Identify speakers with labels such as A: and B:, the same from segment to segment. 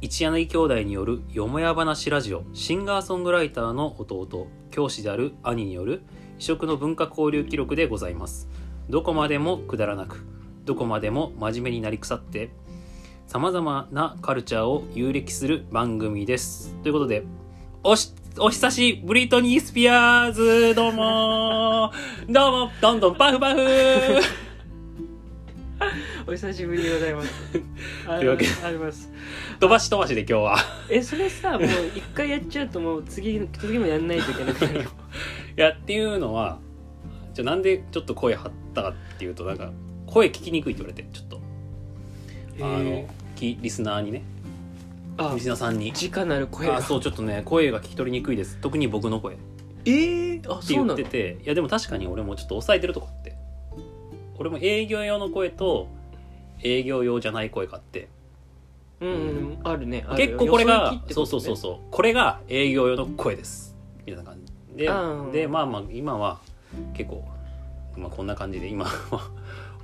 A: 一柳兄弟によるよもや話ラジオシンガーソングライターの弟教師である兄による異色の文化交流記録でございますどこまでもくだらなくどこまでも真面目になり腐ってさまざまなカルチャーを遊歴する番組ですということでおしお久しぶりトニー・スピアーズどうもーどうもどんどんパフパフー
B: お久しぶりでございます。あ
A: というわけで
B: あります。
A: 飛ばし飛ばしで今日は
B: え、それさ、もう一回やっちゃうと、も う次、次もやんないといけなくなるよ。
A: いやっていうのはじゃあなんでちょっと声張ったかっていうとなんか声聞きにくいって言われてちょっとあの、
B: え
A: きリスナーにね
B: ーあ
A: リスナーさんに
B: 直なる声が
A: あ。そうちょっとね声が聞き取りにくいです特に僕の声って
B: えー、あ、そう
A: 言
B: な
A: って。
B: の
A: ていやでも確かに俺もちょっと抑えてるとこあって俺も営業用の声と営業用じゃない声があって
B: うん、うん、あるね。ある
A: 結構これが
B: よそ行きって
A: そ
B: こ
A: う
B: と
A: そう
B: ね
A: そうそうこれが営業用の声ですみたいな感じで
B: うん
A: でまあまあ今は結構、まあ、こんな感じで今は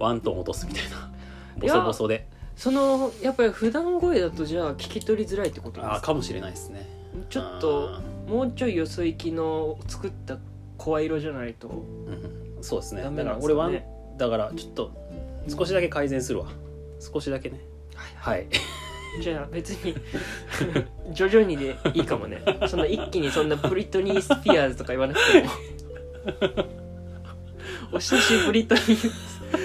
A: ワントーン落とすみたいないボ
B: や
A: ソボソで
B: その、やっぱり普段声だと、じゃあ、聞き取りづらいってこと
A: あ
B: で
A: あ
B: すか。
A: かもしれないですね
B: ちょっと、もうちょいよそ行きの作った声色じゃないと。
A: うんうんそうですね
B: ダメ
A: だか
B: な
A: ら
B: んです
A: 俺
B: か
A: は
B: ね
A: だからちょっと少しだけ改善するわ少しだけねはい
B: じゃあ別に徐々にでいいかもねそんな一気にそんなブリトニー・スピアーズとか言わなくてもお久しぶりトニー・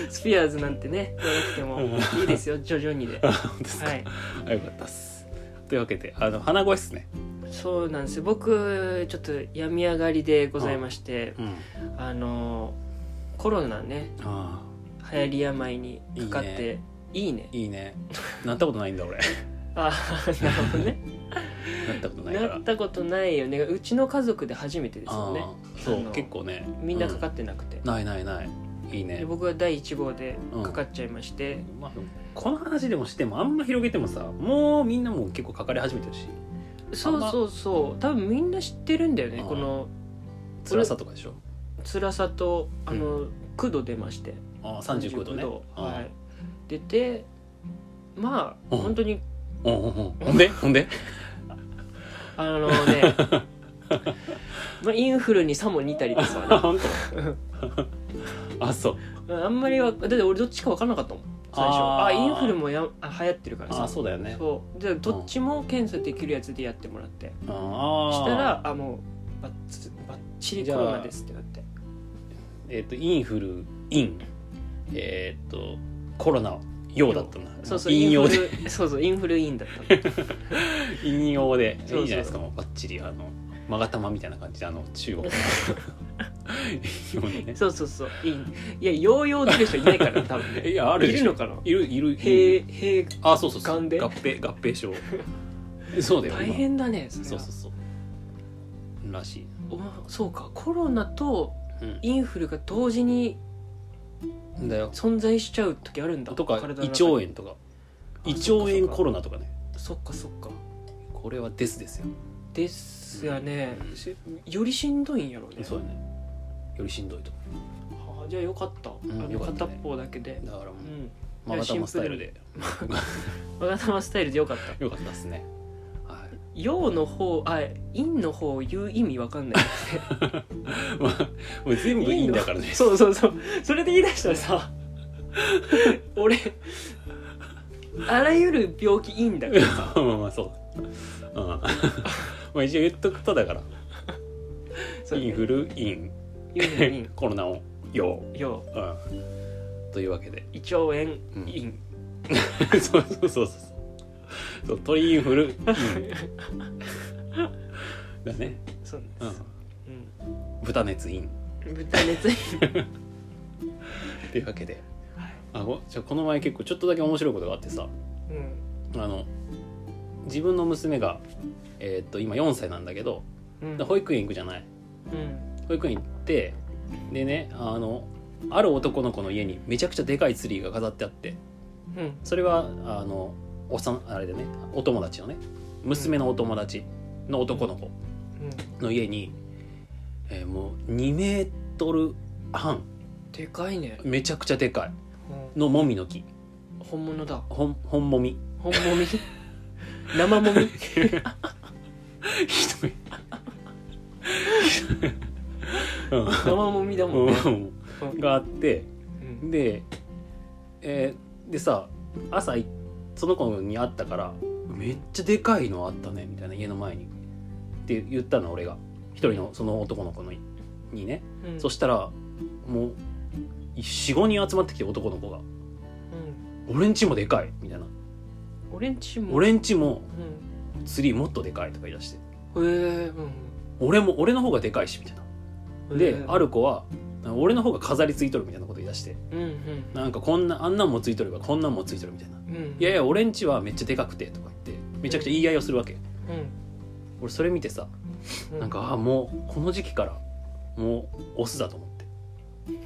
B: スピアーズなんてね言わなくてもいいですよ徐々にで は
A: 本当ですか、
B: い
A: あよかったっすというわけであの鼻声っすね
B: そうなんですよ僕ちょっと病み上がりでございまして
A: うん
B: あのコロナね
A: あ
B: 流行り病にかかっていいね
A: あいいねなったことないんだ俺
B: ああなるほどね
A: なったことないから
B: なったことないよねうちの家族で初めてですよね
A: あーそう
B: あの
A: 結構ね
B: みんなかか
A: っ
B: ってなくて、
A: ないないないいい
B: で
A: ね
B: 僕は第1号でかかっちゃいまして、
A: まあ、この話でもしてもあんま広げてもさもうみんなも結構かかり始めてるし
B: そうそうそう多分みんな知ってるんだよね
A: あー
B: この
A: 辛さとかでしょ
B: 辛さとあの、9度出まして
A: ああ39度ね
B: は
A: あ
B: い、出てまあ、
A: うん
B: 本当に
A: あうんうんうんほんでほん で
B: あ のねまあインフルにさも似たりですわ
A: あ
B: ね
A: 本当 あそう
B: うんあんまりはだって俺どっちか分からなかったもん最初
A: あー
B: あインフルもやあ流行ってるから
A: あ
B: さ
A: あそうだよね
B: そうでどっちも検査できるやつでやってもらって
A: ああ
B: したらあもうバッツバッチリコロナですってなって
A: えっ、とインフルインえっ、とコロナ用だったんだ
B: そうそう
A: 引用
B: イン
A: で
B: フルそうそうインフルインだったの
A: 引用でいいじ
B: そ
A: ゃな
B: うそう
A: いですかもうバッチリあの勾玉みたいな感じであの中国の引用にね
B: そうそうそうインいやヨーヨー出る人いないから多分ね
A: いやある
B: い
A: でし
B: る
A: ょ
B: のかない
A: るいるい
B: へえ
A: る
B: へえ
A: あそうそうそう合
B: 癌で
A: 併合併症そうだよ
B: 大
A: 今
B: 変だねそれは
A: そうそうそうらしい、
B: お前そうかコロナと
A: うん
B: インフルが同時に
A: だよ
B: 存在しちゃう時あるんだ
A: とか
B: 体の中
A: 胃
B: に
A: 腸炎とか胃腸炎コロナとかね
B: そっかそっか
A: これはですですよ
B: ですよね
A: し
B: よりしんどいんやろうね
A: そうだねよりしんどいと
B: はあじゃあよかった、
A: ん
B: あの
A: よかった
B: 片
A: ね
B: 方だけで
A: だからも
B: う
A: うんまがたまスタイルで
B: わがたまスタイルでよかった
A: よかったですねはい
B: 陽の方あ陰の方を言う意味わかんない
A: まあもう全部いいんだからね
B: 陰のそうそうそうそれで言い出したらさ俺あらゆる病気いいんだから
A: まあまあまあそう、うん、まあ一応言っとくとだから、
B: そう
A: インフルイン
B: 言うのに
A: コロナをよ
B: 陽
A: う、うん、というわけで
B: 胃腸炎
A: うん
B: 陰、
A: そうそうそうそうそう鳥インフルインだね、
B: そう
A: う
B: な
A: ん
B: んです、、
A: 豚熱イン
B: うん豚熱陰
A: っていうわけで
B: はい
A: あごじゃあこの前結構ちょっとだけ面白いことがあってさ
B: うん
A: あの自分の娘が、えーっと今4歳なんだけど
B: うん
A: 保育園行くじゃない
B: うん
A: 保育園行ってでねあのある男の子の家にめちゃくちゃでかいツリーが飾ってあって
B: うん
A: それはあのおさんあれでねお友達のね娘のお友達の男の子
B: うん
A: の家に、えーもう2メートル半
B: でかいね、
A: めちゃくちゃでか
B: う
A: いのもみの木
B: ん本物だ
A: ほん本もみ
B: 本物み 生もみ
A: ひどいうん
B: 生もみだもんね、
A: うんがあって
B: うん
A: で、えーでさ朝いその子に会ったから「めっちゃでかいのあったね」みたいな家の前にって言ったの俺が一人のその男の子のににね、
B: うん
A: そしたらもう45人集まってきて男の子が
B: う
A: 「
B: ん
A: 俺んちもでかい」みたいな
B: 俺ん
A: 「
B: ちも
A: 俺んちも
B: うん
A: ツリーもっとでかい」とか言い出して
B: へえうん
A: 「俺も俺の方がでかいし」みたいな。
B: へ
A: で
B: ー
A: ある子は「俺の方が飾りついとる」みたいなこと言い出して
B: うん
A: なんかこんなあんなんもついとるわこんなんもついとるみたいな
B: うんうん
A: いやいや俺んちはめっちゃでかくてとか言ってめちゃくちゃ言い合いをするわけ
B: うん
A: 俺それ見てさ
B: うん
A: なんかああもうこの時期からもうオスだと思って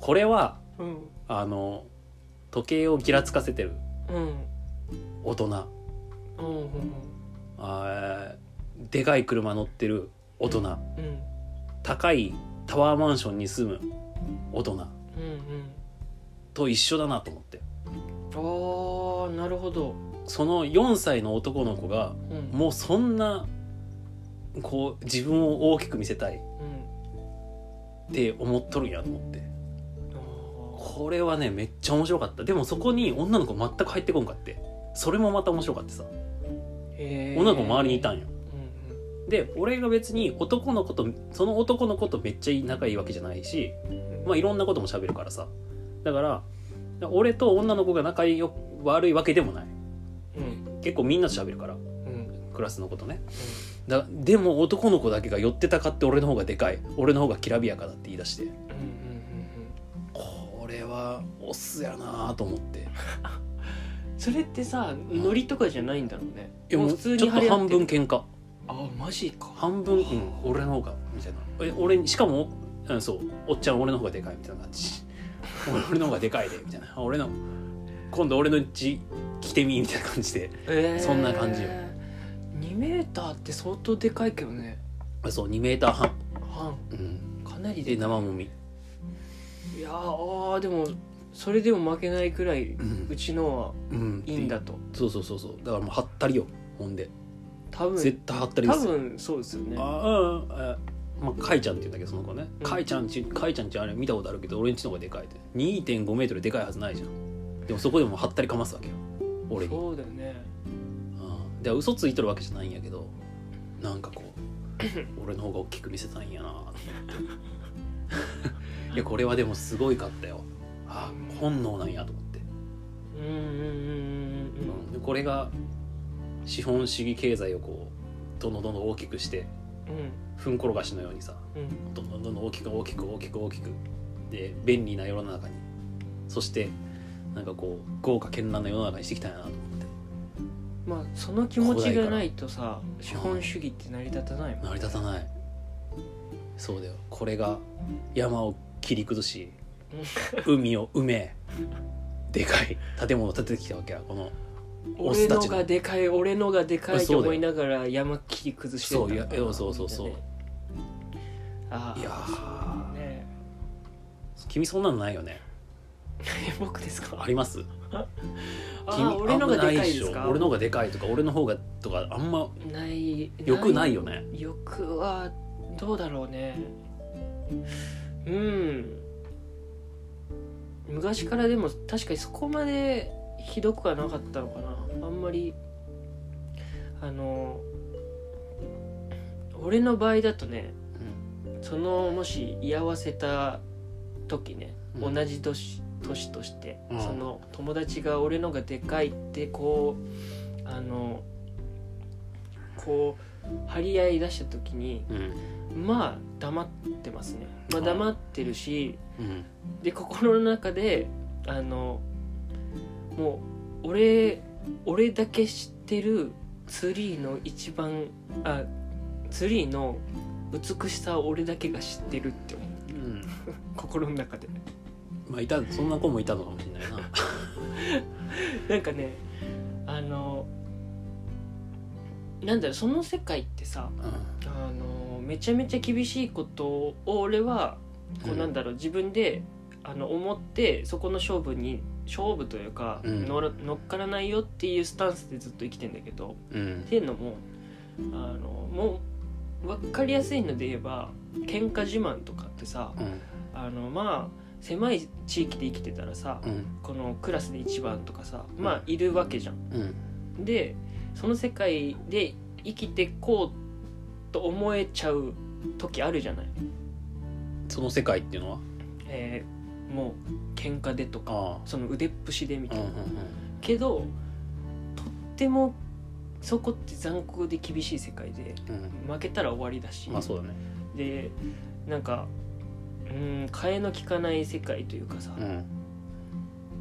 A: これは
B: うん
A: あの時計をぎらつかせてる
B: うん
A: 大人
B: うんうん
A: あーでかい車乗ってる大人
B: うんうん
A: 高いタワーマンションに住む大人
B: うん
A: と一緒だなと思って
B: うんああなるほど
A: その4歳の男の子が
B: うん
A: もうそんなこう自分を大きく見せたい
B: うん
A: って思っとるんやと思って
B: あ
A: これはねめっちゃ面白かったでもそこに女の子全く入ってこんかってそれもまた面白かってさ
B: ーへー
A: 女の子周りにいたんよ
B: うん
A: で俺が別に男の子とその男の子とめっちゃ仲いいわけじゃないし
B: うん
A: まあいろんなことも喋るからさだから俺と女の子が仲良く悪いわけでもない
B: うん
A: 結構みんなと喋るから
B: うん
A: クラスのことねだでも男の子だけが寄ってたかって俺の方がでかい俺の方がきらびやかだって言い出して
B: うんうん
A: これはオスやなと思って
B: それってさノリとかじゃないんだろうね
A: いやもうちょっと
B: 張り合
A: 半
B: って
A: 分
B: る
A: 喧嘩
B: あマジか
A: 半分、うん、俺の方がみたいなえ俺にしかも、うん、そうおっちゃん俺の方がでかいみたいな感じ俺俺の方がでかいでみたいな俺の今度俺のうち来てみみたいな感じで
B: えー
A: そんな感じよ
B: 2メーターって相当でかいけどね
A: そう2メーター半、
B: 半
A: うん、
B: かなり
A: で
B: でか
A: 生
B: い
A: もみ、
B: いやーあーでもそれでも負けないくらいううちのは
A: ん
B: いいんだと
A: そうそうそうそうだからもうはったりよほんで、
B: 多分
A: 絶対はったりで
B: 多
A: すよ
B: 分そうですよね
A: あああまあ、かいちゃんって言うんだけどその子ね、
B: うん
A: かいちゃんちかいちゃんちあれ見たことあるけど俺んちの方がでかいって2 5メートルでかいはずないじゃんでもそこでもはったりかますわけよ俺に
B: そうだよね
A: うんで嘘ついとるわけじゃないんやけどなんかこう俺の方が大きく見せたいんやなと思って いやこれはでもすごいかったよああ本能なんやと思って、
B: うんうんうんうん
A: うんでこれが資本主義経済をこうどんどんどんどん大きくして
B: うんうん
A: ふんころがしのようにさ
B: うん
A: どんどんどんどん大きく大きく大きく大きくで便利な世の中にそしてなんかこう豪華絢爛な世の中にしていきたいなと思って
B: まあその気持ちがないとさ資本主義って成り立たないもん
A: 成り立たないそうだよこれが山を切り崩し海を埋めでかい建物を建ててきたわけやこのオ
B: 俺
A: スた
B: の
A: ちの
B: がでかい俺のがでかいと思いながら山切り崩して
A: そういやそうそうそう
B: みんなねああ
A: いやー
B: ね
A: 君そんなのないよね
B: え 僕ですか
A: あります
B: あ
A: 君
B: ー俺のがでかいです
A: あんまな
B: か
A: しょ俺のがでかいとか俺の方がとかあんま
B: ない
A: よくないよね
B: 欲はどうだろうねうん昔からでも確かにそこまでひどくはなかったのかなあんまりあの俺の場合だとねそのもし居合わせた時ね、
A: うん
B: 同じ年年として、
A: うん
B: その友達が俺のがでかいってこうあのこう張り合い出した時に
A: うん
B: まあ黙ってますね、まあ、
A: あ
B: 黙ってるし
A: うん
B: で心の中であのもう俺俺だけ知ってるツリーの一番あツリーの美しさを俺だけが知ってるって思う
A: うん
B: 心の中で
A: まあいたそんな子もいたのかもし れないな
B: なんかねあのなんだろうその世界ってさあのめちゃめちゃ厳しいことを俺はこ
A: う
B: うんなんだろう、自分であの思ってそこの勝負に勝負というか、
A: うん
B: 乗ら乗っからないよっていうスタンスでずっと生きてんだけど
A: うん
B: っていうのもあのもう分かりやすいので言えば喧嘩自慢とかってさ
A: うん
B: あのまあ狭い地域で生きてたらさ
A: うん
B: このクラスで一番とかさまあいるわけじゃん。
A: うん
B: でその世界で生きてこうと思えちゃう時あるじゃない、
A: その世界っていうのは
B: えーもう喧嘩でとか
A: あ
B: その腕っぷしでみ
A: あ
B: た
A: うん
B: いな、
A: うん
B: けどとってもそこって残酷で厳しい世界で
A: うんうん
B: 負けたら終わりだし、
A: まあそうだね
B: でなんかうん替えの利かない世界というかさ、
A: う
B: っ
A: ん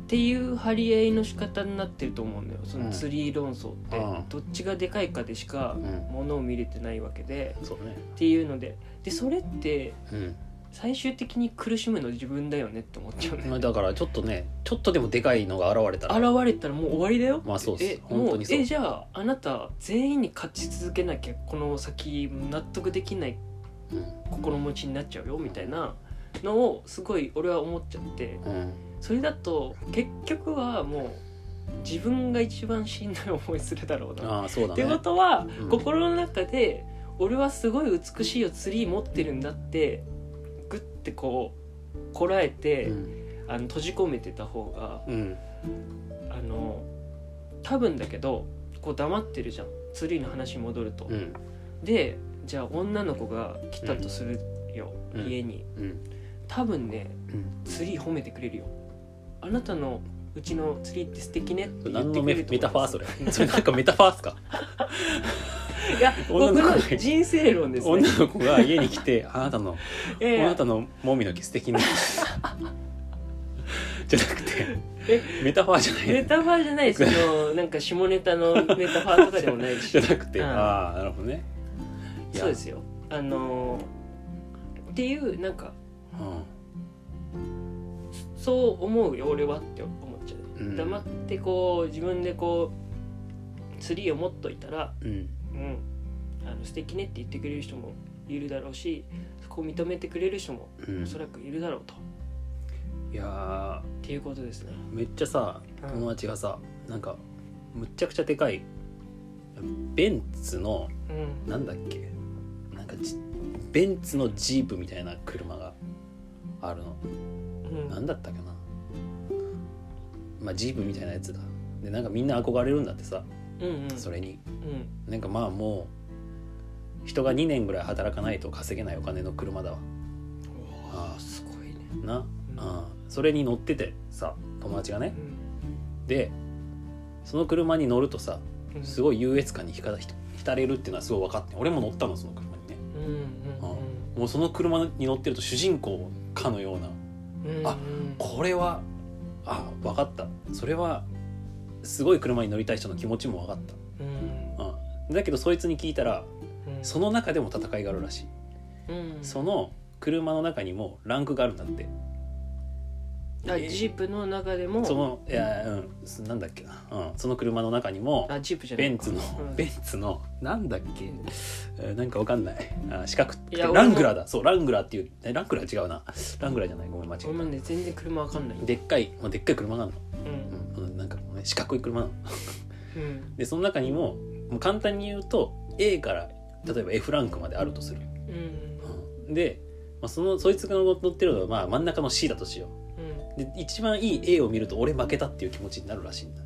B: ていう張り合いの仕方になってると思うんだよそのツリー論争って、
A: うん
B: どっちがでかいかでしか
A: うん
B: ものを見れてないわけで。
A: そうだね
B: っていうのででそれって
A: うん
B: 最終的に苦しむの自分だよねって思っちゃうね
A: まあだからちょっとねちょっとでもでかいのが現れたら
B: 現れたらもう終わりだよ
A: まあそうっす
B: え
A: 本当にそう
B: もうえじゃああなた全員に勝ち続けなきゃこの先納得できない
A: うん
B: 心持ちになっちゃうよみたいなのをすごい俺は思っちゃって
A: うん
B: それだと結局はもう自分が一番しんどい思いするだろうな
A: ああそうだ
B: ってこ
A: ね
B: とは、
A: うん
B: 心の中で俺はすごい美しいよツリー持ってるんだってグッてこうこらえて、
A: うん
B: あの閉じ込めてた方が
A: うん
B: あの多分だけどこう黙ってるじゃんツリーの話に戻ると。
A: うん
B: でじゃあ女の子が来たとするよ、
A: うん
B: 家に
A: うん
B: 多分ね
A: うん
B: ツリー褒めてくれるよ。あなたのうちのツリーって素敵ねって言
A: 何
B: って
A: の
B: く
A: メ
B: れると思
A: メタファー それ
B: い
A: それなんかメタファーっすか
B: や
A: 女
B: 僕
A: の子が
B: の人生論ですね
A: 女の子が家に来 てあなたの
B: いやい
A: あ
B: や
A: なたのもみの木素 敵ねじゃなくて
B: え
A: メタファーじゃない
B: メタファーじゃないそのなんか下ネタのメタファーとかでもない
A: じ
B: し
A: ゃなくて
B: うん
A: ああなるほどねいや
B: そうですよあのーっていうなんか
A: う
B: そう思うよ俺はって思っちゃう、
A: うん
B: 黙ってこう自分でこうツリーを持っといたら
A: んうん
B: うんあの素敵ねって言ってくれる人もいるだろうしそこを認めてくれる人も
A: うん
B: おそらくいるだろうと、
A: いやー
B: っていうことですね
A: めっちゃさ
B: うん
A: 友達がさなんかむっちゃくちゃでかいベンツの
B: うん
A: なんだっけなんかじベンツのジープみたいな車があるの
B: うん
A: なんだったっけなまあジープみたいなやつだでなんかみんな憧れるんだってさ
B: うんうん
A: それに
B: うん
A: なんかまあもう人が2年ぐらい働かないと稼げないお金の車だわ
B: うわーすごいね
A: な
B: うん
A: うんそれに乗っててさ友達がね
B: う
A: でその車に乗るとさ
B: んうん
A: すごい優越感にひかひ浸れるっていうのはすごい分かって俺も乗ったのその車にね
B: うんう
A: もうその車に乗ってると主人公かのようなん
B: うん
A: あこれはあ分かったそれはすごい車に乗りたい人の気持ちも分かっ
B: うんうん
A: た、うん、だけどそいつに聞いたら
B: うん
A: その中でも戦いがあるらしい
B: うん
A: その車の中にもランクがあるんだって
B: あジープの中でも
A: そのいやうんなんだっけな、うん、その車の中にも
B: あジープじゃない
A: ベンツの、
B: うん
A: ベンツのなんだっけ、えーなんかわかんないあ四角くて
B: いや
A: ラングラーだそうラングラーっていうえラングラー違うなラングラーじゃないごめん間違
B: 俺も
A: え
B: ね全然車わかんない
A: たでっかい、まあ、でっかい車なの、
B: うん
A: うんうん、なんかもうね四角い車なの
B: うん
A: でその中にももう簡単に言うと A から例えば F ランクまであるとする、
B: うん
A: うん、で、まあ、そのそいつが乗ってるのはまあ真ん中の C だとしようで一番いい A を見ると俺負けたっていう気持ちになるらしいんだ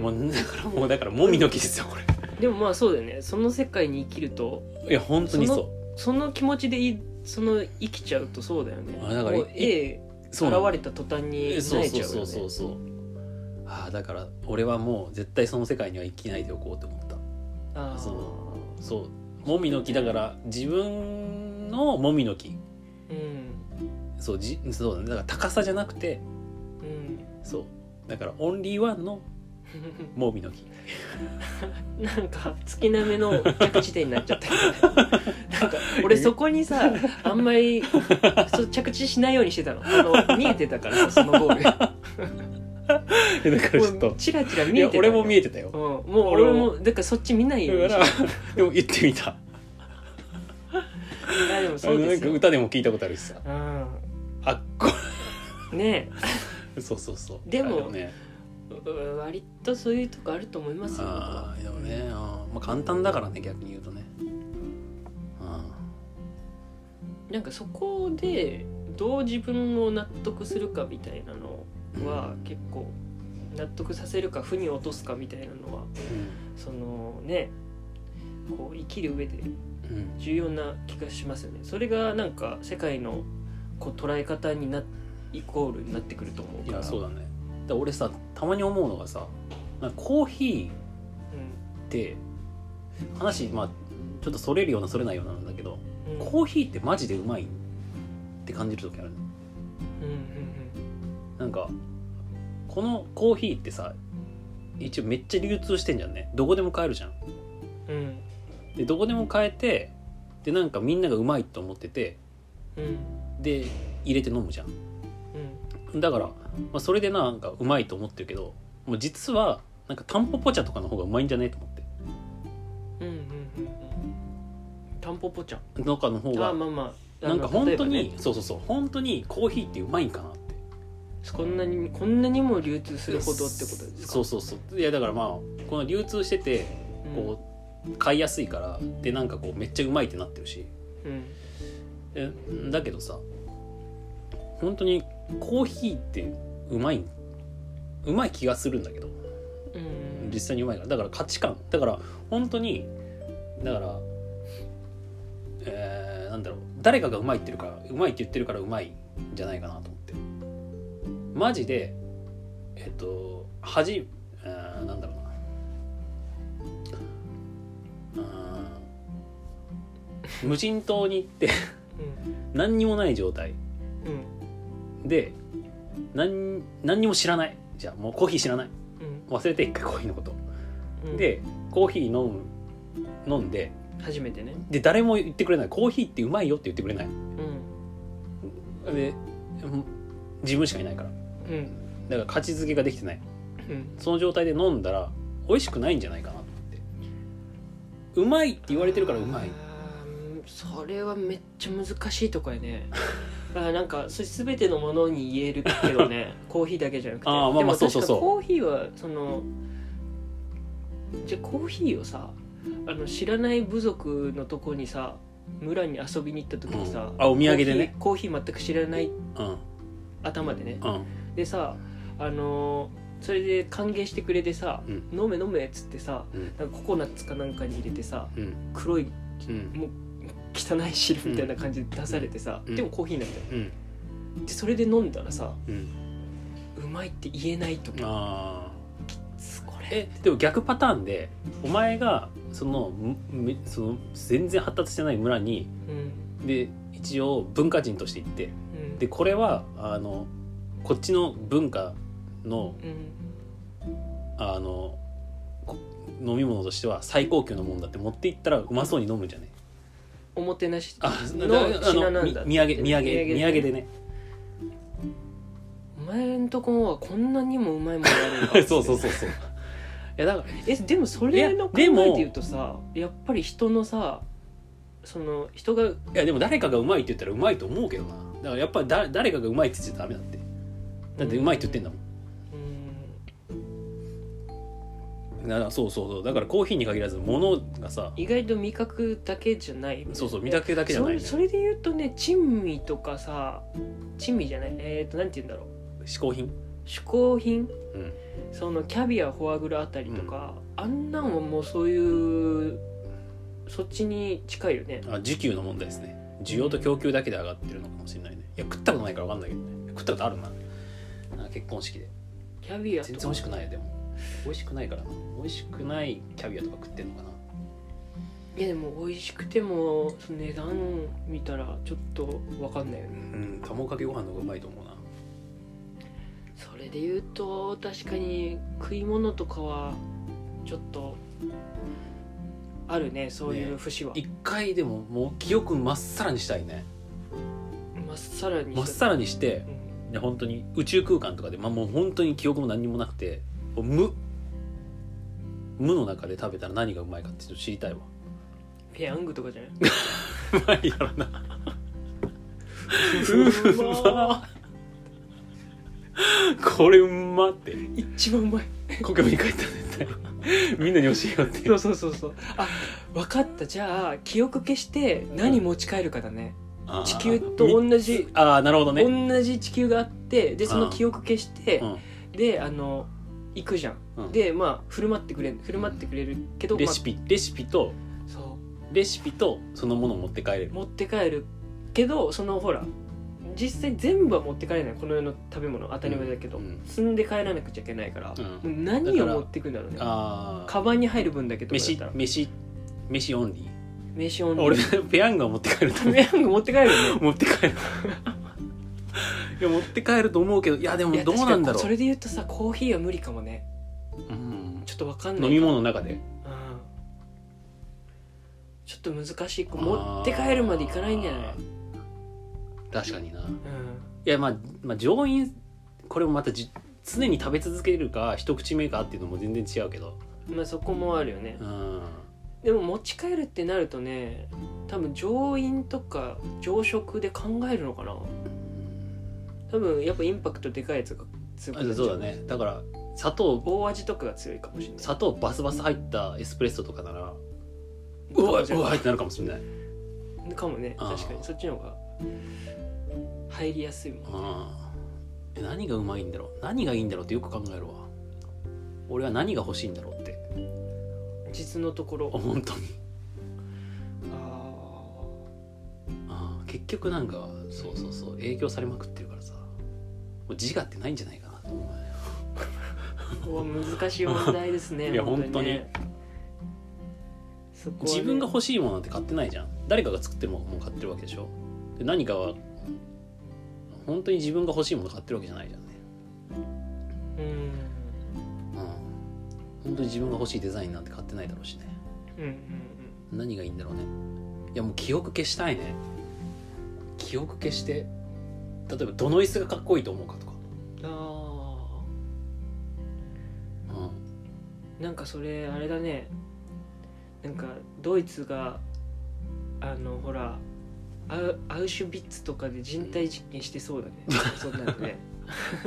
A: もうだからもうだからもみの木ですよこれ
B: うん でもまあそうだよねその世界に生きると
A: いや本当にそう
B: その気持ちでいその生きちゃうとそうだよね
A: あだから
B: もう A 現
A: そうなの
B: れた途端に
A: え
B: 慣
A: そう
B: れち
A: そう
B: ゃう
A: そ
B: よ
A: うそう
B: ね
A: そうああだから俺はもう絶対その世界には生きないでおこうと思った
B: あ
A: そ
B: あ
A: そうもみの木だから自分のもみの木
B: うん
A: そうじそうだ,、ね、だから高さじゃなくて
B: うん
A: そうだからオンリーワンのもみの 木
B: なん か月並みの着地点になっちゃったけ どねなんか俺そこ にさあんまりそう着地しないようにしてたのあの見えてたからさその ゴールが
A: えだからちょっ
B: もう
A: と
B: チラチラ
A: い
B: 見え
A: や
B: てた
A: 俺も見え
B: て
A: てたよ
B: う
A: だ
B: ん、もう俺もだからそっち見ないように
A: か
B: し
A: ら
B: て
A: でも言ってみた
B: たいやでも
A: あ
B: そ
A: の
B: う
A: な
B: で
A: ん
B: す
A: か
B: よ
A: 歌でも聞いたことあるしさ
B: うん
A: あっこ
B: ね
A: そうそうそう
B: でも
A: あね
B: えう割とそういうとこあると思いますよ
A: ああでもね、あーまあ、簡単だからね逆に言うとね
B: なんかそこでどう自分を納得するかみたいなの
A: うん
B: は結構納得させるか負に落とすかみたいなのはそのねこう生きる上で
A: うん、うん
B: 重要な気がしますよねそれがなんか世界のこう捉え方になイコールになってくると思う
A: い
B: から
A: やそうだねで俺さたまに思うのがさなんかコーヒーって話まあちょっとそれるようなそれないようななんだけど
B: うんうん
A: コーヒーってマジでうまいって感じる時あるの
B: うんうん
A: なんかこのコーヒーってさ一応めっちゃ流通してんじゃんねどこでも買えるじゃん
B: うんうん
A: でどこでも買えてでなんかみんながうまいと思ってて
B: うん
A: で入れて飲むじゃんだから、まあ、それでなんかうまいと思ってるけどもう実はなんかタンポポ茶とかの方がうまいんじゃねと思って
B: うんうんうんうんタンポポちゃん
A: とかの方
B: あ
A: が
B: ーまあまああ
A: な
B: の
A: んか本当
B: 例え
A: に、
B: ばね
A: そうそうそう本当にコーヒーってうまいんかなって
B: こんなにこんなにも流通するほどってことですか
A: そうそうそういやだからまあこの流通しててこう、買いやすいからでなんかこうめっちゃうまいってなってるし
B: うん、うん
A: えだけどさ本当にコーヒーってうまいうまい気がするんだけど
B: うん
A: 実際にうまいからだから価値観だから本当にだからえーなんだろう誰かがうまいって言ってるからうまいって言ってるからうまいんじゃないかなと思ってマジでえっと恥えーなんだろうなうーん無人島に行って何にもない状態
B: うんうん
A: で何何にも知らないじゃあもうコーヒー知らない
B: うん
A: 忘れて一回コーヒーのこと
B: うん
A: でコーヒー飲む飲んで
B: 初めてね
A: で誰も言ってくれないコーヒーってうまいよって言ってくれない
B: うん
A: でうん自分しかいないから
B: うん
A: だから価値づけができてない
B: うん
A: その状態で飲んだら美味しくないんじゃないかなと思ってうまいって言われてるからうまい
B: あーそれはめっちゃ難しいとこやねあーなんかそれ全てのものに言えるけ どねコーヒーだけじゃなくて
A: あーまあまあ
B: でも
A: そうそうそう
B: 確かコーヒーはそのじゃあコーヒーをさあの知らない部族のとこにさ村に遊びに行った時にさ、
A: うんあお土産でね
B: コーヒーコーヒー全く知らない
A: うん
B: 頭でね
A: うん
B: でさあのーそれで歓迎してくれてさ「
A: うん
B: 飲め飲め」っつってさ
A: うん
B: なんかココナッツかなんかに入れてさ
A: うん
B: 黒い
A: うん
B: 汚い汁みたいな感じで出されてさ、
A: うん
B: でもコーヒーなんだよ
A: うん
B: でそれで飲んだらさ
A: うん
B: うまいって言えないとか
A: あー
B: これ
A: えでも逆パターンでお前がそのむその全然発達してない村に
B: うん
A: で一応文化人として行って
B: うん
A: でこれはあのこっちの文化の
B: うん
A: あのこ飲み物としては最高級のものだって持っていったらうまそうに飲むじゃね
B: おもてなし
A: あ
B: の品なんだ
A: み土産土産土産でね
B: お前んとこはこんなにもうまいものあるのか
A: そうそうそうそういやだか
B: えでもそれの考
A: い
B: え
A: やでも
B: で言うとさやっぱり人のさその人が
A: らいやでも誰かがうまいって言ったらうまいと思うけどなだからやっぱりだ誰かがうまいって言っちゃダメだってだってうまいって言ってんだもん
B: うん
A: だからそうそうそうだからコーヒーに限らず物がさ
B: 意外と味覚だけじゃない
A: そうそう見た目だけじゃないね
B: それそれで言うとね珍味とかさ珍味じゃないえっ、となんて言うんだろう
A: 嗜好品
B: 嗜好品
A: うん
B: そのキャビアフォアグラあたりとか、あんなんはもうそういうそっちに近いよね
A: あ需給の問題ですね需要と供給だけで上がってるのかもしれないねいや食ったことないから分かんないけどね食ったことあるななんか結婚式で
B: キャビアと
A: 全然
B: か
A: 美味しくないよでも美味しくないからな美味しくないキャビアとか食ってんのかない
B: やでも美味しくてもその値段見たらちょっと分かんないよね
A: うん卵かけご飯の方がうまいと思うな
B: それで言うと確かに食い物とかはちょっとあるねそういう節は、
A: 一回でももう記憶まっさらにしたいね
B: まっさらに
A: まっさらにして
B: うん
A: いや本当に宇宙空間とかで、まあ、もう本当に記憶も何にもなくてもう無無の中で食べたら何がうまいかってちょっと知りたいわ
B: ペヤングとかじゃ ないう
A: まいからな
B: うま
A: これうまって
B: 一番うまい
A: 国民に帰った絶対みんなに教えようって
B: そうそうそうそうあ分かったじゃあ記憶消して何持ち帰るかだね
A: あー
B: 地球と同じ
A: あーなるほどね、
B: 同じ地球があってでその記憶消して
A: うん
B: であの行くじゃん
A: うん
B: でまあ振る舞ってくれる振る舞ってくれるけど
A: レシ
B: ま
A: ピレシピと
B: あそ
A: レシピとそのものを持って帰れ
B: う
A: る
B: 持って帰るけどそのほら実際全部は持って帰れないこの世の食べ物当たり前だけど、
A: うん
B: 積んで帰らなくちゃいけないから、
A: う
B: 何を持ってくんだろうね
A: あ
B: カバンに入る分だけとかだっ
A: 飯
B: たら
A: 飯飯オンリ
B: 名刺オ
A: ー
B: ンリ
A: 俺
B: ー
A: ペヤングは持って帰ると 思う
B: ペヤング持って帰るよね
A: 持って帰るいや持って帰ると思うけどいやでも
B: いや
A: どうなんだ
B: 確かに
A: ろ、
B: そうれで言うとさコーヒーは無理かもね
A: うん、
B: ちょっとわかんない
A: 飲み物の中で
B: うんちょっと難しいこう持って帰るまでいかないんじゃない
A: あー確かにない
B: うん
A: やまあ、まあ、上院これもまたじ常に食べ続けるか一口目かっていうのも全然違うけど
B: まあそこもあるよね
A: うん
B: でも持ち帰るってなるとね多分乗員とか乗食で考えるのかな多分やっぱインパクトでかいやつが強く
A: あ
B: なっちゃ
A: そうだねだから砂糖
B: 大味とかが強いかもしれない
A: 砂糖バスバス入ったエスプレッソとかならう
B: か
A: わ
B: もし
A: う
B: れ
A: わ
B: な
A: 入ってなるかもしれない
B: いかもね
A: あー
B: 確かにそっちの方が入りやすいもん
A: うんえ何がうまいんだろう何がいいんだろうってよく考えるわ俺は何が欲しいんだろうって
B: 実のところ
A: 本当に
B: あ
A: あー結局なんかそうそうそう影響されまくってるからさもう自我ってないんじゃないかなと思うね
B: ーここは難しい問題です ね
A: いや
B: ねそこはね
A: 自分が欲しいものなんて買ってないじゃん誰かが作ってるものも買ってるわけでしょで何かは本当に自分が欲しいもの買ってるわけじゃないじゃんね
B: うん
A: うん本当に自分が欲しいデザインなんて買ってないだろうしね
B: うんうん
A: 何がいいんだろうねいやもう記憶消したいね記憶消して例えばどの椅子がかっこいいと思うかとか、
B: うんあ
A: うん、
B: ーなんかそれあれだねなんかドイツがあのほらアウアウシュビッツとかで人体実験してそうだね、そんなの ね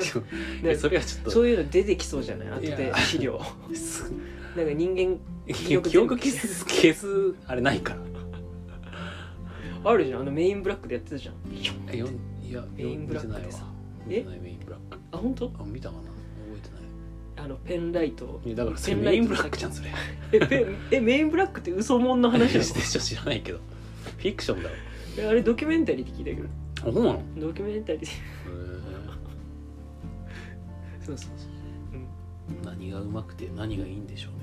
A: いやそれはちょっと
B: そういうの出てきそうじゃない後
A: い
B: で
A: や
B: 資料
A: す
B: なんか人間
A: 記憶
B: 記憶
A: 消す消すあれないから
B: あるじゃんあのメインブラックでやってたじゃん
A: えよんいや
B: メインブラックでさ
A: 見てないわ見てないメインブラック
B: あ本当
A: あ見たかな覚えてない
B: あのペンライトを
A: いやだからそれ
B: ペンラ
A: メ
B: イ
A: イ
B: ト
A: ンブラックじゃんそれ
B: えペンえメインブラックって嘘もんの話
A: 話
B: で
A: で
B: し
A: しょ知らないけど フィクションだろ
B: ょあれドキュメンタリーって聞いたけど
A: あそうなのへ
B: ドキュメンタリーでそうそう
A: ー何がうまくて何がいいんでしょ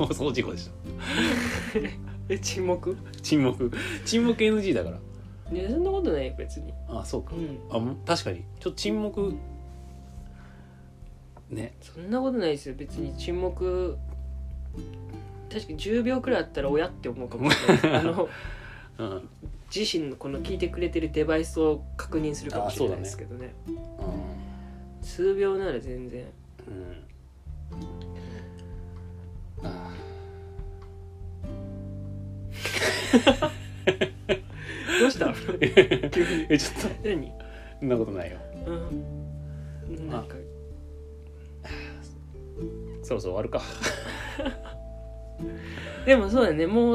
A: うね放送事故でした
B: え沈黙
A: 沈黙沈黙 NG だから
B: いやそんなことないよ別に
A: あそうか
B: うん
A: あもう確かにちょっと沈黙ね
B: そんなことないですよ別に沈黙確かに10秒くらいあったら親って思うかもしれない あの
A: うん、うん、
B: 自身のこの聞いてくれてるデバイスを確認するかもしれないですけどね数秒なら全然
A: うんあ
B: どうした
A: ー
B: 急に
A: えちょっと
B: 何
A: そんなことないよ
B: うんなんか
A: そろそろ終わるか
B: でもそうだねもう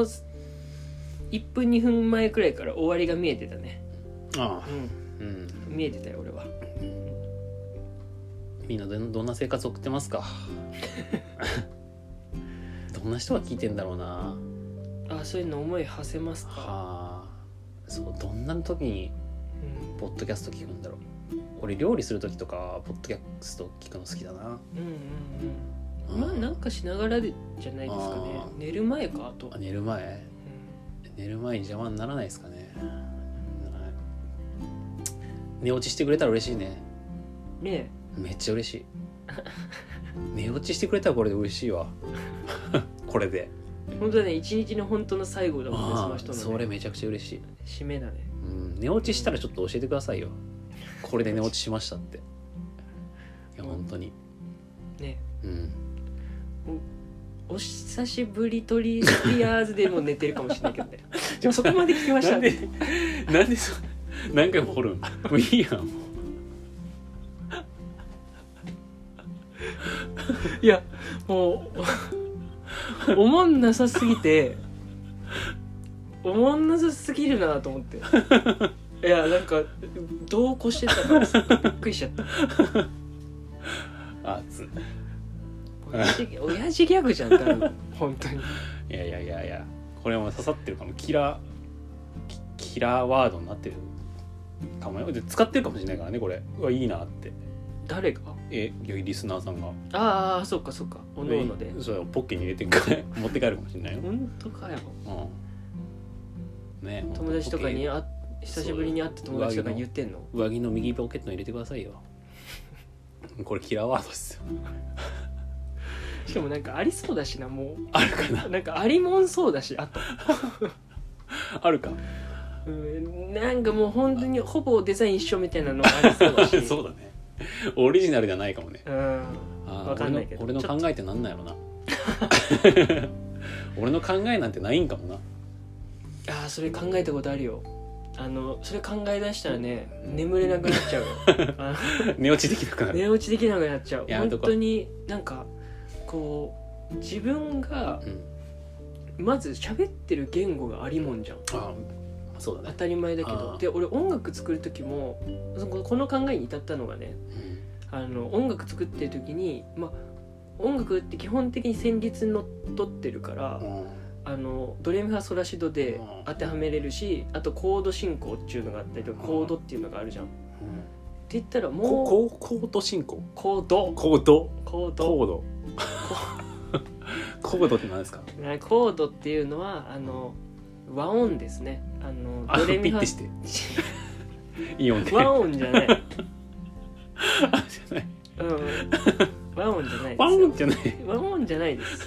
B: 1分2分前くらいから終わりが見えてたね
A: ああ
B: う
A: うん
B: ん見えてたよ俺は
A: みんなどんどんな生活送って ますかどんな人が聞いてんだろうな
B: あそういうの思い馳せますか、
A: はあそうどんな時に
B: うん
A: ポッドキャスト聞くんだろう俺料理する時とかポッドキャスト聞くの好きだな
B: うんうんうんまあなんかしながらでじゃないですかね
A: あー
B: 寝る前かあと、
A: あ寝る前
B: う
A: 寝る前に邪魔にならないですかねはい寝落ちしてくれたら嬉しいね
B: んね
A: めっちゃ嬉し い寝落ちしてくれたらこれで嬉しいわ これで
B: え本当だね一日の本当の最後だもんねその
A: あ
B: 人
A: あ
B: の、ね、
A: それめちゃくちゃ嬉しい、
B: 締めだね
A: うん、寝落ちしたらちょっと教えてください よこれで寝落ちしましたっていや本当に
B: ね
A: うん
B: お久しぶりトリ スピアーズでも寝てるかもしれないけどねでもそこまで聞きました
A: なんでなんでそ何回も掘るんもういいやんも
B: いやもう おもんなさすぎておもんなさすぎるなと思っていやなんかどう越してたからさびっくりしちゃった
A: うあつい
B: 親父親父ギャグじゃん多分本当に
A: やいやいやいやこれも刺さってるかもキラーキキラーワードになってるかもよで使ってるかもしれないからねこれうわいいなって
B: 誰が
A: えリスナーさんが
B: ああそうかそうかおのおので
A: えそうよポッケに入れて帰持って帰るかもしれないよ、
B: 本当かよ
A: うん、ね
B: 友達とかに
A: ポ
B: あ久しぶりに会って友達とかに言ってんの
A: ケ上着の右ポケットに入れてください よこれキラーワードですよ
B: しかもなんかありそうだしなも
A: あるかな
B: うなんかありもんそうだしあと、
A: あるか
B: うん、なんかもう本当にほぼデザイン一緒みたいなのあり そうだし
A: そうだねオリジナルじゃないかもね
B: うん
A: あー
B: わかんないけど
A: 俺の
B: ち
A: 俺
B: ょ
A: の
B: っと
A: 考えってなんなんやろ な俺の考えなんてないんかもな
B: ああそれ考えたことあるよあのそれ考え出したらね眠れなくなっちゃう よあ
A: 寝落ちできなくな
B: の
A: る、
B: 寝落ちできなくなっちゃう
A: やめと
B: 本
A: こう
B: 当になんかこう自分が
A: うん、
B: まず喋ってる言語がありもんじゃん
A: あーそうだ
B: 当
A: ね、
B: たり前だけ
A: あ
B: ど
A: ー
B: で俺音楽作る時もそここの考えに至ったのがね
A: うん
B: あの音楽作ってる時にまあ音楽って基本的に旋律にのっとってるから、
A: うん
B: あのドレミファソラシドで
A: うん
B: 当てはめれるしあとコード進行っていうのがあったりとか
A: うん
B: コードっていうのがあるじゃん。って言ったら
A: こ
B: もう
A: こコード進行
B: コード
A: コード
B: コ
A: コ
B: ード
A: ードコードって何ですか
B: ねコードっていうのはあの和音ですね。あの
A: あ
B: ド
A: のピ
B: レミフ
A: ッて
B: ァ
A: してイオンで
B: 和音じゃない。
A: あじゃない
B: うん、和音じゃないですよ。
A: ワンじゃない
B: 和音じゃないです。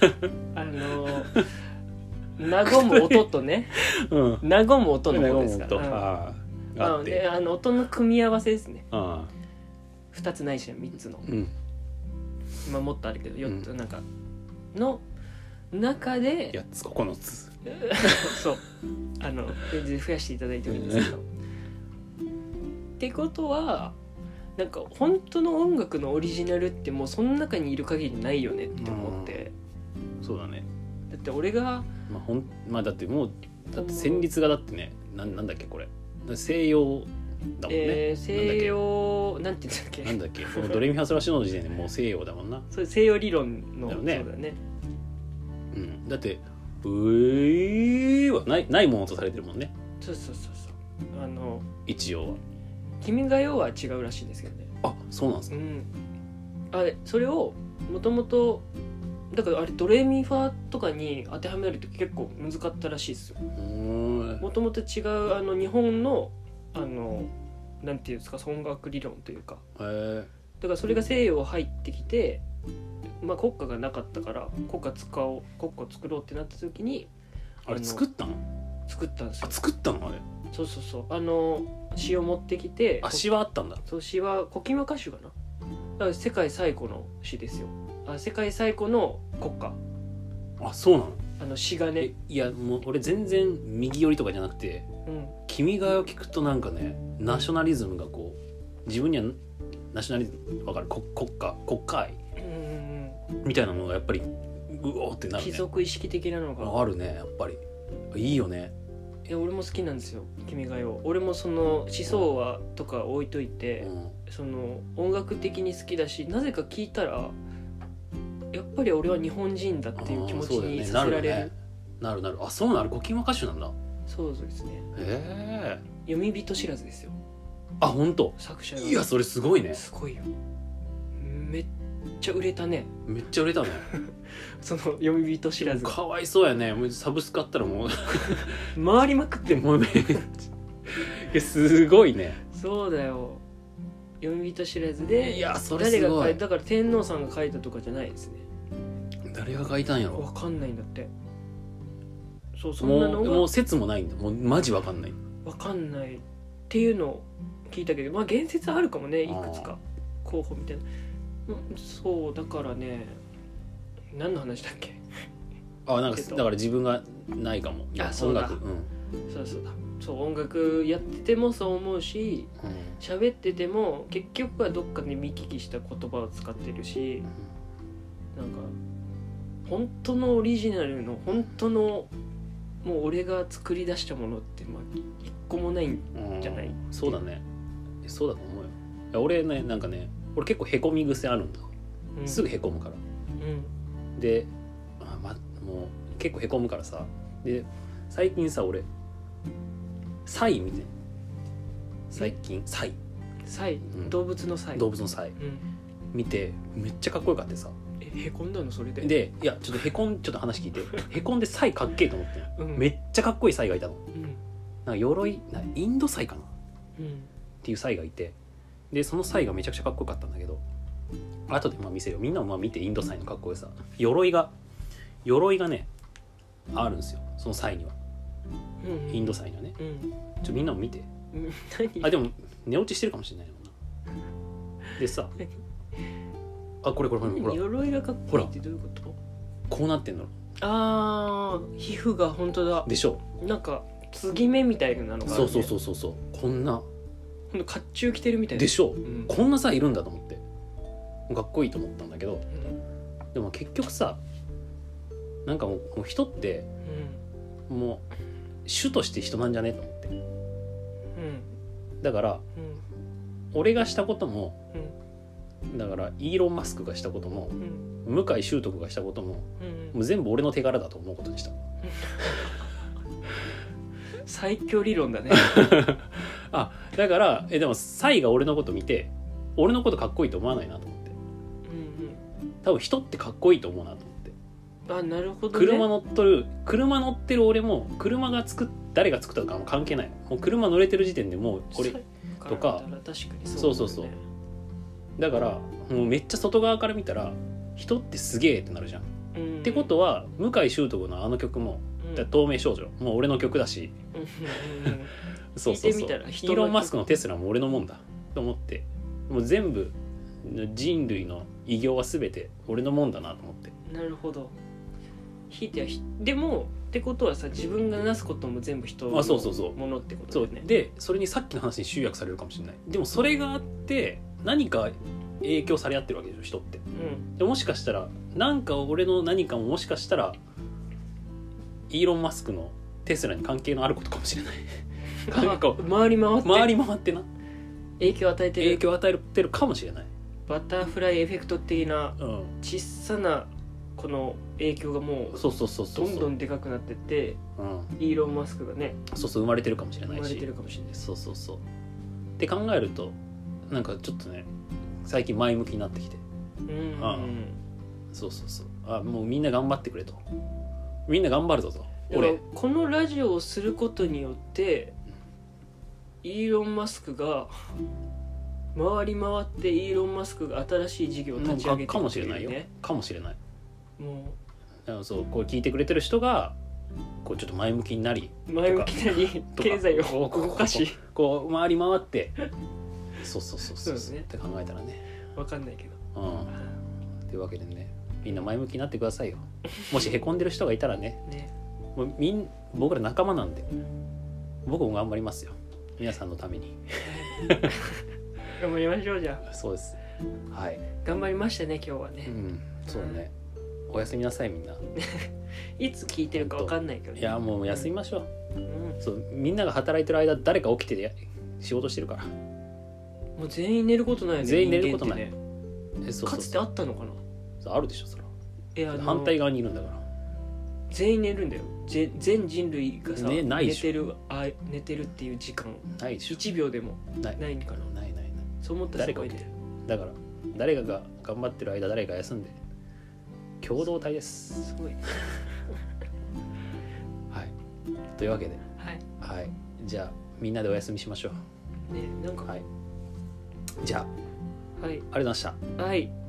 B: あの和む音とね
A: うん
B: 和む音の方ですか
A: と
B: ら。うん
A: あーがあ
B: あ
A: っ
B: で
A: て
B: あの音の組み合わせですね
A: あ
B: 2つないし3つの
A: ーうん
B: まあ、もっとあるけど4つなんかの中で
A: 8つ9つ
B: そうあの全然増やしていただいてもいいんですけど。ってことはなんか本当の音楽のオリジナルってもうその中にいる限りないよねって思って
A: そうだね
B: だって俺が
A: まあほんまあだってもうだって旋律がだってねなんなんだっけこれだから西洋だもんね、
B: えー西洋なんて言うんだっけ
A: なんだっけこのドレミファソラシドの時点でもう西洋だもんな、
B: そう西洋理論の
A: だ
B: そ
A: よ
B: う
A: ね
B: だね
A: うん、だって「ブイ」はないないものとされてるもんね
B: そうそうそうそうあの
A: 一応は
B: 「君が代」は違うらしいんですけどね
A: あそうなんです
B: う
A: か
B: ん、あれそれをもともとだからあれドレミファとかに当てはめると結構難かったらしいですよ
A: うーん
B: もともと違うあの日本のあのなんていうんですか音楽理論というか
A: へー
B: だからそれが西洋入ってきて、まあ、国家がなかったから国家使おう国家を作ろうってなった時に
A: あれ作ったの
B: 作ったんですよ
A: あ作ったのあれ
B: そうそうそうあの詩を持ってきて
A: あ詩はあったんだ
B: そう詩は「古今和歌集」かなだから世界最古の詩ですよあ世界最古の国歌
A: あそうなの
B: あの詩がね
A: え、いやもう俺全然右寄りとかじゃなくて
B: うん、
A: 「君が代」を聞くとなんかねナショナリズムがこう自分にはナショナリズムわかる国国家国家愛
B: うん
A: みたいなものがやっぱりうおーってなる
B: 貴
A: ね
B: 族意識的なの
A: あ
B: が
A: あるねやっぱりいいよね
B: いや俺も好きなんですよ「君が代」俺もその思想はとか置いといて
A: うん
B: その音楽的に好きだしなぜか聞いたらやっぱり俺は日本人だっていう気持ちにさせられる
A: なるなるあそうなる古今和歌集なんだ
B: そうそうですね
A: へえ
B: 読み人知らずですよ
A: あ本当
B: 作者が
A: いやそれすごいね
B: すごいよめっちゃ売れたね
A: めっちゃ売れたね
B: その読み人知らずが
A: かわいそうやねもうサブスクあったらもう
B: 回りまくってん
A: もうめっちゃいやすごいね
B: そうだよ読み人知らずで
A: いやそれ
B: 誰
A: す
B: が
A: ご
B: 書い
A: い
B: だから天皇さんが書いたとかじゃないですね
A: 誰が書いたんやろ
B: わかんないんだってそうそ
A: も
B: んな
A: う
B: の
A: もう
B: が
A: 説もないんだもうマジわかんない
B: わかんないっていうのを聞いたけどまあ言説あるかもねいくつか候補みたいなうんそうだからね何の話だっけ
A: あなんか
B: えっと
A: だから自分がないかも
B: あそうだ
A: 音楽うん
B: そうだそうだそう音楽やっててもそう思うし
A: うんうん
B: 喋ってても結局はどっかで見聞きした言葉を使ってるしなんか本当のオリジナルの本当のもう俺が作り出したものってまあ一個もないん
A: うん
B: じゃない
A: そうだねえそうだと思うよいや俺ねなんかね俺結構へこみ癖あるんだ、
B: うん
A: すぐへこむから
B: うん
A: で、あま、もう結構へこむからさで最近さ俺「サイ」みたいな最近「サイ
B: サイ
A: ん
B: 動物のサイ」
A: 動物の「サイ
B: うん」
A: 見てめっちゃかっこよかってさ
B: えへこんだのそれで
A: でいやちょっとへこんちょっと話聞いてへこんで「サイ」かっけえと思って
B: うん
A: めっちゃかっこいいサイがいたの
B: うん
A: なんか鎧なインドサイかなっ
B: うん
A: ていうサイがいてでそのサイがめちゃくちゃかっこよかったんだけど後でまあ見せるよみんなもまあ見てインドサイのかっこよさ鎧が鎧がねあるんですよそのサイには
B: うん
A: インドサイにはね
B: うん
A: ちょみんなも見て
B: うん何
A: あでも寝落ちしてるかもしれないもんなでさあこれこれこれほら
B: 鎧がかっこいいってどういうこと
A: こうなってんの
B: あー皮膚が本当だ
A: でしょ
B: なんか継ぎ目みたいなのがある
A: そ
B: ね
A: うそうそうそうそうこんな
B: ほんと甲冑着てるみたいな
A: でしょ
B: うん
A: こんなさいるんだと思ってかっこいいと思ったんだけど
B: うん
A: でも結局さなんかもうもう人ってもう主として人なんじゃねと思って
B: うん
A: だから
B: うん
A: 俺がしたことも
B: うん
A: だからイーロン・マスクがしたことも
B: うん
A: 向井秀徳がしたことも
B: うん
A: もう全部俺の手柄だと思うことにした
B: 最強理論だね
A: あだからえでもサイが俺のこと見て俺のことかっこいいと思わないなと思って
B: うん
A: 多分人ってかっこいいと思うなと思って
B: うんあなるほどね
A: 車乗っとる車乗ってる俺も車が作っ誰が作ったかも関係ないもう車乗れてる時点でもう俺
B: そう
A: とか
B: 考えたら確かに
A: そうそうそうだからもうめっちゃ外側から見たら人ってすげえってなるじゃん。っ
B: っ
A: て
B: て
A: ことは向井秀徳のあの曲も「だから透明少女」もう俺の曲だしそうそうそう
B: 聞い
A: イ
B: てみたら人の
A: ーロン・マスクのテスラも俺のもんだと思ってもう全部人類の偉業は全て俺のもんだなと思って
B: なるほどひいてはひでもってことはさ自分がなすことも全部人の
A: あそうそうそう
B: ものってこと
A: そう
B: だよね
A: でそれにさっきの話に集約されるかもしれないでもそれがあって何か影響され合ってるわけでしょ人って
B: うん
A: でもしかしたらなんか俺の何かももしかしたらイーロン・マスクのテスラに関係のあることかもしれない なんか
B: 回り回って
A: 回り回ってな
B: 影響を与えて
A: 影
B: る
A: 響を与えてるかもしれない、
B: バタフライエフェクト的な
A: うん、
B: 小さなこの影響がもう
A: そうそうそうそ
B: ど
A: うん
B: どんでかくなってって
A: うん、
B: イーロン・マスクがね
A: そうそう生まれてるかもしれ
B: 生
A: ない
B: まれ
A: して
B: るかもしれない
A: そうそうそうって考えるとなんかちょっとね最近前向きになってきて
B: うん
A: ああそうそうそうあもうみんな頑張ってくれとみんな頑張るぞと
B: 俺
A: 俺
B: このラジオをすることによってイーロン・マスクが回り回ってイーロン・マスクが新しい事業を立ち上げて
A: かかもしれないよ
B: ね
A: かもしれない
B: も
A: だからそうこう聞いてくれてる人がこうちょっと前向きになり
B: う前向きなり
A: とか
B: 経済を
A: こうこう
B: 動かし
A: こう回り回ってそうそうそうそう
B: そうですね
A: って考えたらね
B: わかんないけど
A: うんというわけでねみんな前向きになってくださいよもしへこんでる人がいたらね
B: ね
A: もうみん僕ら仲間なんで僕も頑張りますよ皆さんのために
B: 頑張りましょうじゃあ
A: そうですはい
B: 頑張りましたね今日は
A: う
B: ね
A: んそうだねおやすみなさいみんない
B: いつ聞いてるかわかんないけどね
A: やもう休みましょう
B: うん
A: そうみんなが働いてる間誰か起きてや仕事してるから
B: もう全員寝ることないよね
A: 全員寝ることない
B: 人間ってね
A: えそう
B: か
A: そう
B: つてあったのかな
A: そうあるでしょそれは
B: えあの
A: 反対側にいるんだから
B: 全員寝るんだよぜ全人類がさ、
A: ねないで
B: 寝
A: しょ
B: てるあ寝てるっていう時間
A: ないでしょ
B: 1秒でも
A: ない
B: ないんかな
A: ないないない
B: そう思ったら
A: 誰か
B: すごい
A: 起き
B: ね
A: てるだから誰かが頑張ってる間誰か休んで共同体です
B: すごいね
A: はいというわけで
B: はい
A: はいじゃあみんなでお休みしましょ
B: ねなん
A: う
B: か
A: はいじゃああ
B: はい
A: りがとうございました
B: はい